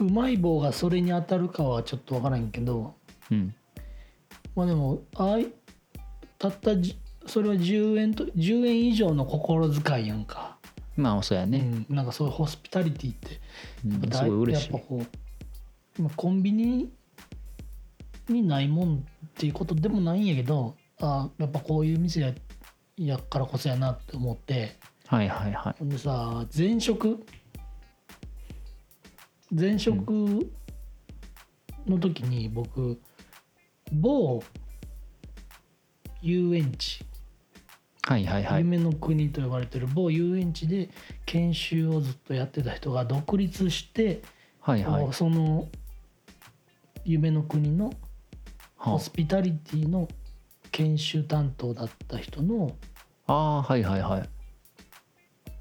Speaker 2: うまい棒がそれに当たるかはちょっとわからんけど
Speaker 1: うん。
Speaker 2: まあでもああいたったじそれは10円と10円以上の心遣いやんか、
Speaker 1: まあそうやね。
Speaker 2: うん、なんかそういうホスピタリティって
Speaker 1: うん、す
Speaker 2: だ
Speaker 1: ごい嬉
Speaker 2: や
Speaker 1: しい
Speaker 2: っぱ。こうまあコンビニにないもんっていうことでもないんやけどあやっぱこういう店ややっからこそやなって思って
Speaker 1: はいはいはい
Speaker 2: ほんでさ前職前職の時に僕某遊園地、
Speaker 1: はいはいはい
Speaker 2: 夢の国と呼ばれてる某遊園地で研修をずっとやってた人が独立して、
Speaker 1: はいはい
Speaker 2: こうその夢の国のホ
Speaker 1: は
Speaker 2: スピタリティの研修担当だった人の
Speaker 1: ああーはいはいはい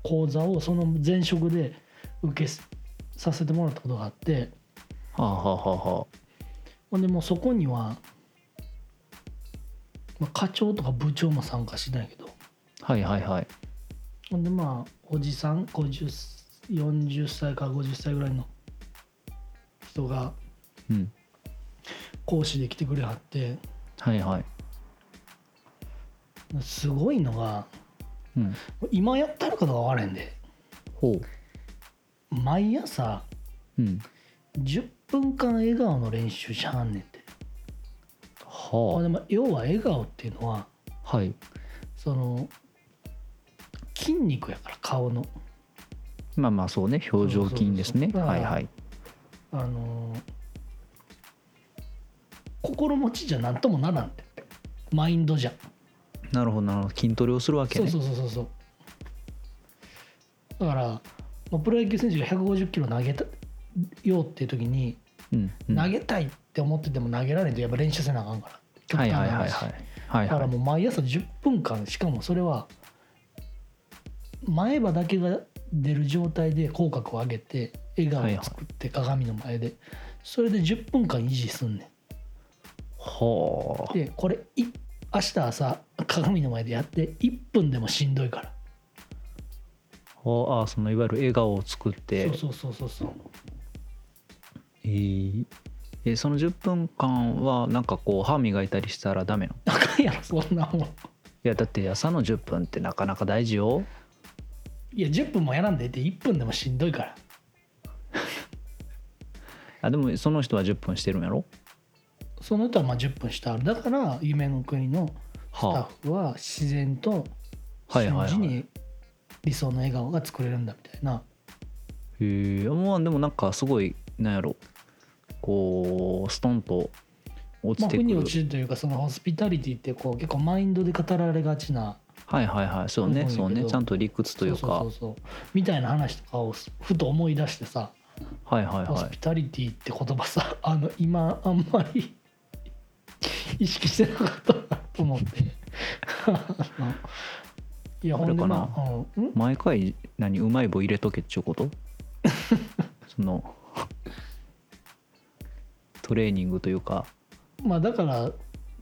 Speaker 2: 講座をその前職で受けさせてもらったことがあって
Speaker 1: はあはあはあは
Speaker 2: ほんでもうそこには、まあ、課長とか部長も参加しないけど
Speaker 1: あはいはいはい
Speaker 2: ほんでまあおじさん50 40歳から50歳ぐらいの人が
Speaker 1: うん
Speaker 2: 講師で来てくれはって
Speaker 1: はいはい
Speaker 2: すごいのが
Speaker 1: うん
Speaker 2: 今やったるかどうか分からへんで
Speaker 1: ほう
Speaker 2: 毎朝
Speaker 1: うん
Speaker 2: 10分間笑顔の練習しはんねんてほん
Speaker 1: は
Speaker 2: でまあ要は笑顔っていうのは
Speaker 1: あはい
Speaker 2: その筋肉やから顔の
Speaker 1: まあまあそうね表情筋ですね
Speaker 2: そうそうそう
Speaker 1: はいはい
Speaker 2: あのー心持ちじゃ何ともならんってマインドじゃ
Speaker 1: なるほどなるほど筋トレをするわけ
Speaker 2: そう
Speaker 1: ね
Speaker 2: そうそうそうそうだから、まあ、プロ野球選手が150キロ投げたようっていう時に、
Speaker 1: うんうん
Speaker 2: 投げたいって思ってても投げられんとやっぱ練習せなあかんから極
Speaker 1: は
Speaker 2: 端
Speaker 1: い
Speaker 2: な
Speaker 1: はい
Speaker 2: 話
Speaker 1: はいはいはい
Speaker 2: だから
Speaker 1: はい
Speaker 2: もう毎朝10分間しかもそれは前歯だけが出る状態で口角を上げて笑顔を作って鏡の前でそれで10分間維持すんね
Speaker 1: は
Speaker 2: んでこれい明日朝鏡の前でやって1分でもしんどいから
Speaker 1: あはああそのいわゆる笑顔を作って
Speaker 2: そうそうそうそうそう
Speaker 1: えーえその10分間はなんかこう歯磨いたりしたらダメなの
Speaker 2: あかんやろそんなもん
Speaker 1: いやだって朝の10分ってなかなか大事よ
Speaker 2: いや10分もやらんでええって1分でもしんどいから
Speaker 1: あでもその人は10分してるんやろ
Speaker 2: その人はまあ10分してあるだから夢の国のスタッ
Speaker 1: は
Speaker 2: フは自然と
Speaker 1: はいはいは
Speaker 2: 瞬
Speaker 1: い
Speaker 2: 時に理想の笑顔が作れるんだみたいな
Speaker 1: あへえまあでもなんかすごいなんやろこうストンと落ち
Speaker 2: まあ
Speaker 1: てく
Speaker 2: 腑に
Speaker 1: る
Speaker 2: 落ちるというかそのホスピタリティってこう結構マインドで語られがちな
Speaker 1: はいはいはいそうね
Speaker 2: うん
Speaker 1: そう
Speaker 2: け
Speaker 1: ね
Speaker 2: ど
Speaker 1: ちゃんと理屈というか
Speaker 2: そうそうそうそうみたいな話とかをふと思い出してさ、
Speaker 1: はいはい
Speaker 2: ホ
Speaker 1: は
Speaker 2: スピタリティって言葉さ あの今あんまり意識してなかったな と思ってあのいやほんでまあうんん
Speaker 1: い毎回何うまい棒入れとけっちゅうこと そのトレーニングというか
Speaker 2: まあだから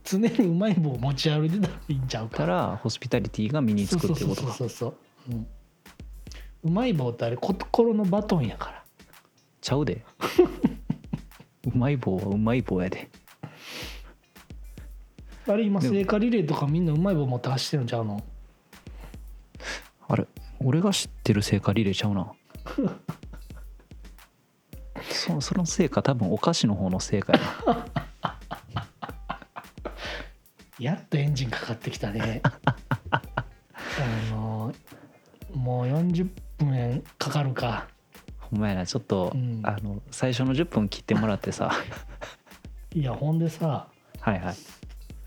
Speaker 2: 常にうまい棒を持ち歩いてたらいいんちゃうか
Speaker 1: たらホスピタリティが身につくっていうことか
Speaker 2: そうそうそうそうそう、うんうまい棒ってあれ心のバトンやから
Speaker 1: ちゃう でうまい棒はうまい棒やで
Speaker 2: あれ今
Speaker 1: でも
Speaker 2: 聖火リレーとかみんなうまい棒持って走ってるんちゃうの
Speaker 1: あれ俺が知ってる成果リレーちゃう なそその成果多分お菓子の方の成果や な
Speaker 2: やっとエンジンかかってきたね あのもう40分かかるか
Speaker 1: ほんまやなちょっと、
Speaker 2: うん
Speaker 1: あの最初の10分切ってもらって さ
Speaker 2: いやほんでさ、
Speaker 1: はいはい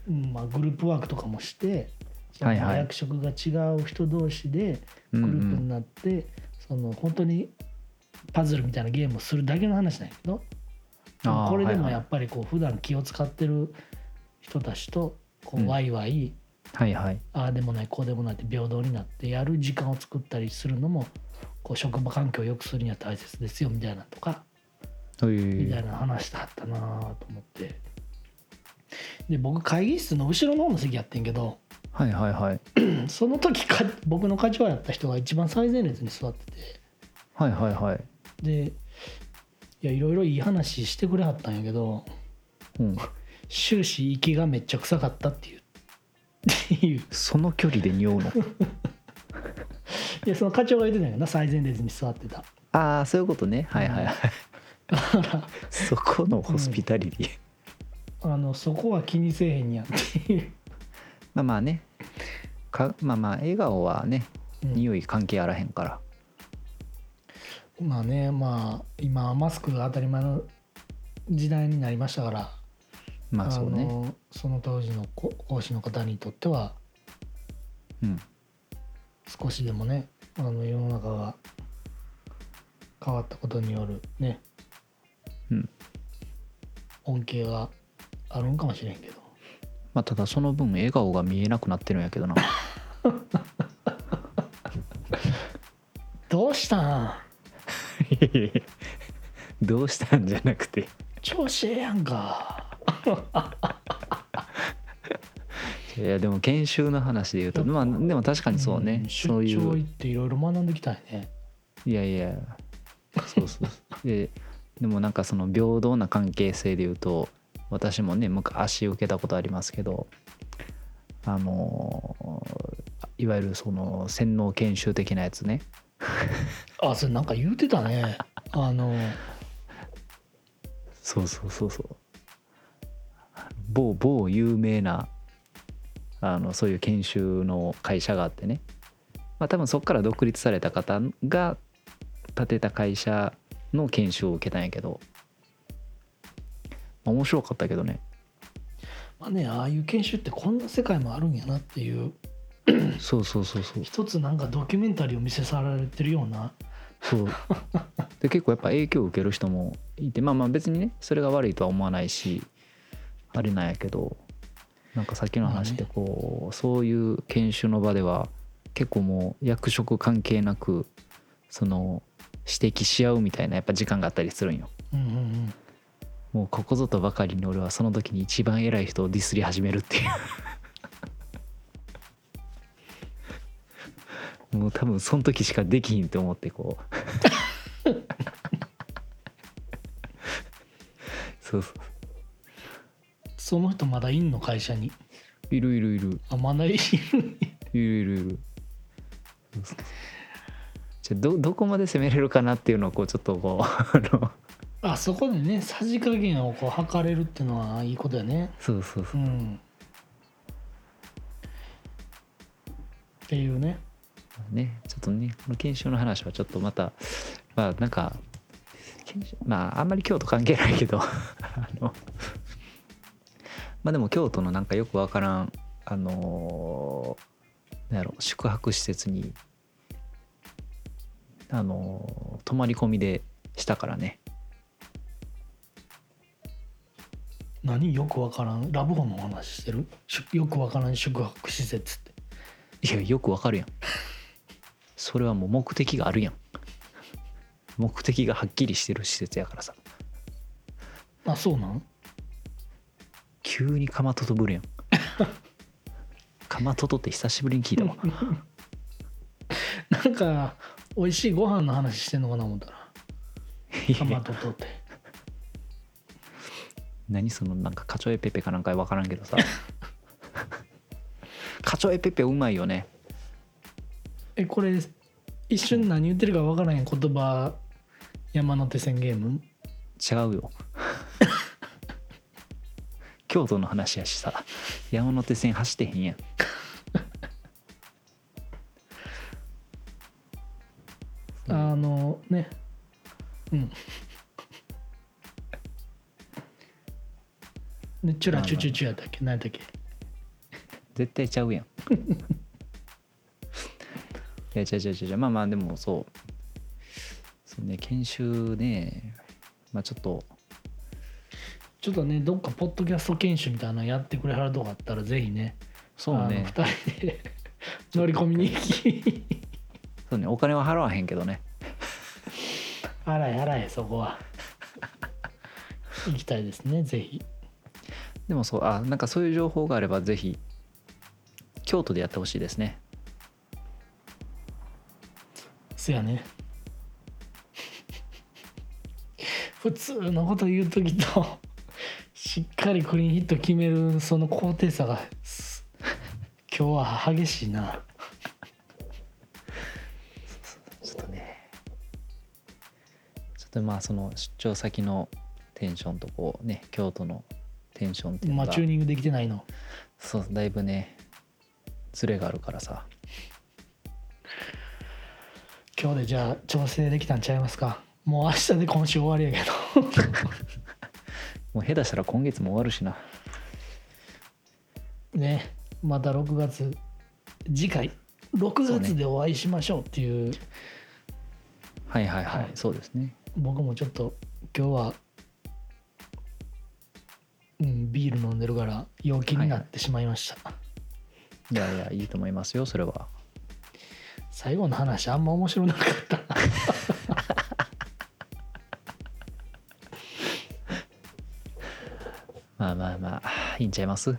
Speaker 2: うんまあ、グループワークとかもしてその
Speaker 1: はいはい
Speaker 2: 役職が違う人同士で
Speaker 1: う
Speaker 2: グ
Speaker 1: んう
Speaker 2: ル
Speaker 1: ん
Speaker 2: ープになって、その本当にパズルみたいなゲームをするだけの話なんやけどでも
Speaker 1: あー
Speaker 2: これでも
Speaker 1: はい
Speaker 2: や
Speaker 1: はい
Speaker 2: っぱりこう普段気を使ってる人たちとこ
Speaker 1: うん
Speaker 2: うワイワイ、
Speaker 1: はいはい
Speaker 2: ああでもないこうでもないって平等になってやる時間を作ったりするのもこう職場環境を良くするには大切ですよみたいなとか、
Speaker 1: と
Speaker 2: み
Speaker 1: い
Speaker 2: たいうな話してはったなと思ってで僕会議室の後ろの方の席やってんけど
Speaker 1: はいはいはい
Speaker 2: その時か僕の課長やった人が一番最前列に座ってて。
Speaker 1: はいはいはい
Speaker 2: でいやいろいろいい話してくれはったんやけど
Speaker 1: うん
Speaker 2: 終始息がめっちゃ臭かったっていうっていう
Speaker 1: その距離で匂うの
Speaker 2: でその課長が言ってたんやけどな最前列に座ってた
Speaker 1: ああ そういうことねはいはいはいそこのホスピタリティ、
Speaker 2: ああのそこは気にせえへんやんっていう、
Speaker 1: まあまあねかまあまあ笑顔はね
Speaker 2: うん
Speaker 1: 匂い関係あらへんから
Speaker 2: まあねまあ今はマスクが当たり前の時代になりましたから
Speaker 1: まあそうね
Speaker 2: のその当時のこ講師の方にとっては
Speaker 1: うん
Speaker 2: 少しでもねあの世の中が変わったことによるね、
Speaker 1: うん
Speaker 2: 恩恵があるんかもしれんけど
Speaker 1: まあただその分笑顔が見えなくなってるんやけどな
Speaker 2: どうしたん
Speaker 1: どうしたんじゃなくて
Speaker 2: 調子ええやんか
Speaker 1: いやでも研修の話で言うとまあでも確かにそうね
Speaker 2: ん出
Speaker 1: そうい
Speaker 2: 張
Speaker 1: う
Speaker 2: 行っていろいろ学んできたんやね
Speaker 1: いやいやそうそうそうで でもなんかその平等な関係性で言うと私もね昔受けたことありますけどあのいわゆるその洗脳研修的なやつね
Speaker 2: あそれなんか言うてたねあの
Speaker 1: そうそうそうそう某某有名なあのそういう研修の会社があってね、まあ、多分そこから独立された方が建てた会社の研修を受けたんやけど、まあ面白かったけどね
Speaker 2: まあねああいう研修ってこんな世界もあるんやなっていう
Speaker 1: そうそうそうそう
Speaker 2: 一つなんかドキュメンタリーを見せさられてるような
Speaker 1: そうで結構やっぱ影響を受ける人もいてまあまあ別にねそれが悪いとは思わないしあれなんやけどなんかさっきの話でこうそういう研修の場では結構もう役職関係なくその指摘し合うみたいなやっぱ時間があったりするんよ。
Speaker 2: うんうんうん
Speaker 1: もうここぞとばかりに俺はその時に一番偉い人をディスり始めるっていうもう多分その時しかできひんと思ってこうそうそ
Speaker 2: その人まだいんの会社に
Speaker 1: ういるいるいる
Speaker 2: あまだいる
Speaker 1: いるいるいるそうそうそうじゃあどどこまで攻めれるかなっていうのをこうちょっとこうあの
Speaker 2: あそこでねさじ加減をこう測れるっていうのはいいことやね
Speaker 1: そうそう
Speaker 2: う
Speaker 1: そうん
Speaker 2: っていうね
Speaker 1: ねちょっとねこの研修の話はちょっとまたまあなんか研修まああんまり京都関係ないけど あのまあでも京都のなんかよくわからんあのなんやろ宿泊施設にあの泊まり込みでしたからね
Speaker 2: 何よくわからんラブホの話してるしよくわからん宿泊施設って
Speaker 1: いやよくわかるやんそれはもう目的があるやん目的がはっきりしてる施設やからさ
Speaker 2: あそうなん
Speaker 1: 急にかまととぶるやん かまととって久しぶりに聞いた わ
Speaker 2: なんか美味しいご飯の話してんのかな思ったらトマトとって
Speaker 1: 何そのなんかカチョエペペかなんか分からんけどさ カチョエペペうまいよね
Speaker 2: えこれ一瞬何言ってるかわからへん言葉山手線ゲーム
Speaker 1: 違うよ 京都の話やしさ山手線走ってへんやん
Speaker 2: あのねうんねチュラチュチュチュやったっけ何やったっけ
Speaker 1: 絶対ちゃうやん いやちゃうちゃうちゃうちゃうまあまあでもそうそうね研修ねまあちょっと
Speaker 2: ちょっとねどっかポッドキャスト研修みたいなのやってくれはるとこあったらぜひね
Speaker 1: そうね
Speaker 2: あの2人で 乗り込みに行き
Speaker 1: そうねお金は払わへんけどね
Speaker 2: あらいあらいそこは 行きたいですねぜひ
Speaker 1: でもそうあなんかそういう情報があればぜひ京都でやってほしいですね
Speaker 2: そやね 普通のこと言う時としっかりクリーンヒット決めるその高低差がす今日は激しいな
Speaker 1: ちょっとねちょっとまあその出張先のテンションとこうね京都のテンションっていう
Speaker 2: ま
Speaker 1: のが
Speaker 2: あチューニングできてないの
Speaker 1: そうだいぶねズレがあるからさ
Speaker 2: 今日でじゃあ調整できたんちゃいますかもう明日で今週終わりやけど
Speaker 1: もう下手したら今月も終わるしな
Speaker 2: ねまた6月次回6月でお会いしましょうっていう
Speaker 1: はいはいはい、
Speaker 2: はい
Speaker 1: そうですね
Speaker 2: 僕もちょっと今日は、うん、ビール飲んでるから陽気になってしまいました、
Speaker 1: いやいやいいと思いますよそれは
Speaker 2: 最後の話あんま面白なかった な
Speaker 1: まあまあまあいいんちゃいます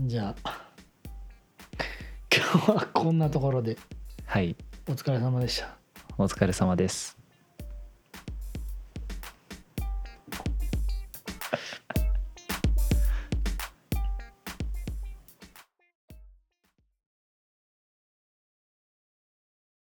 Speaker 2: じゃあ今日はこんなところで
Speaker 1: はい
Speaker 2: お疲れ様でした
Speaker 1: お疲れ様です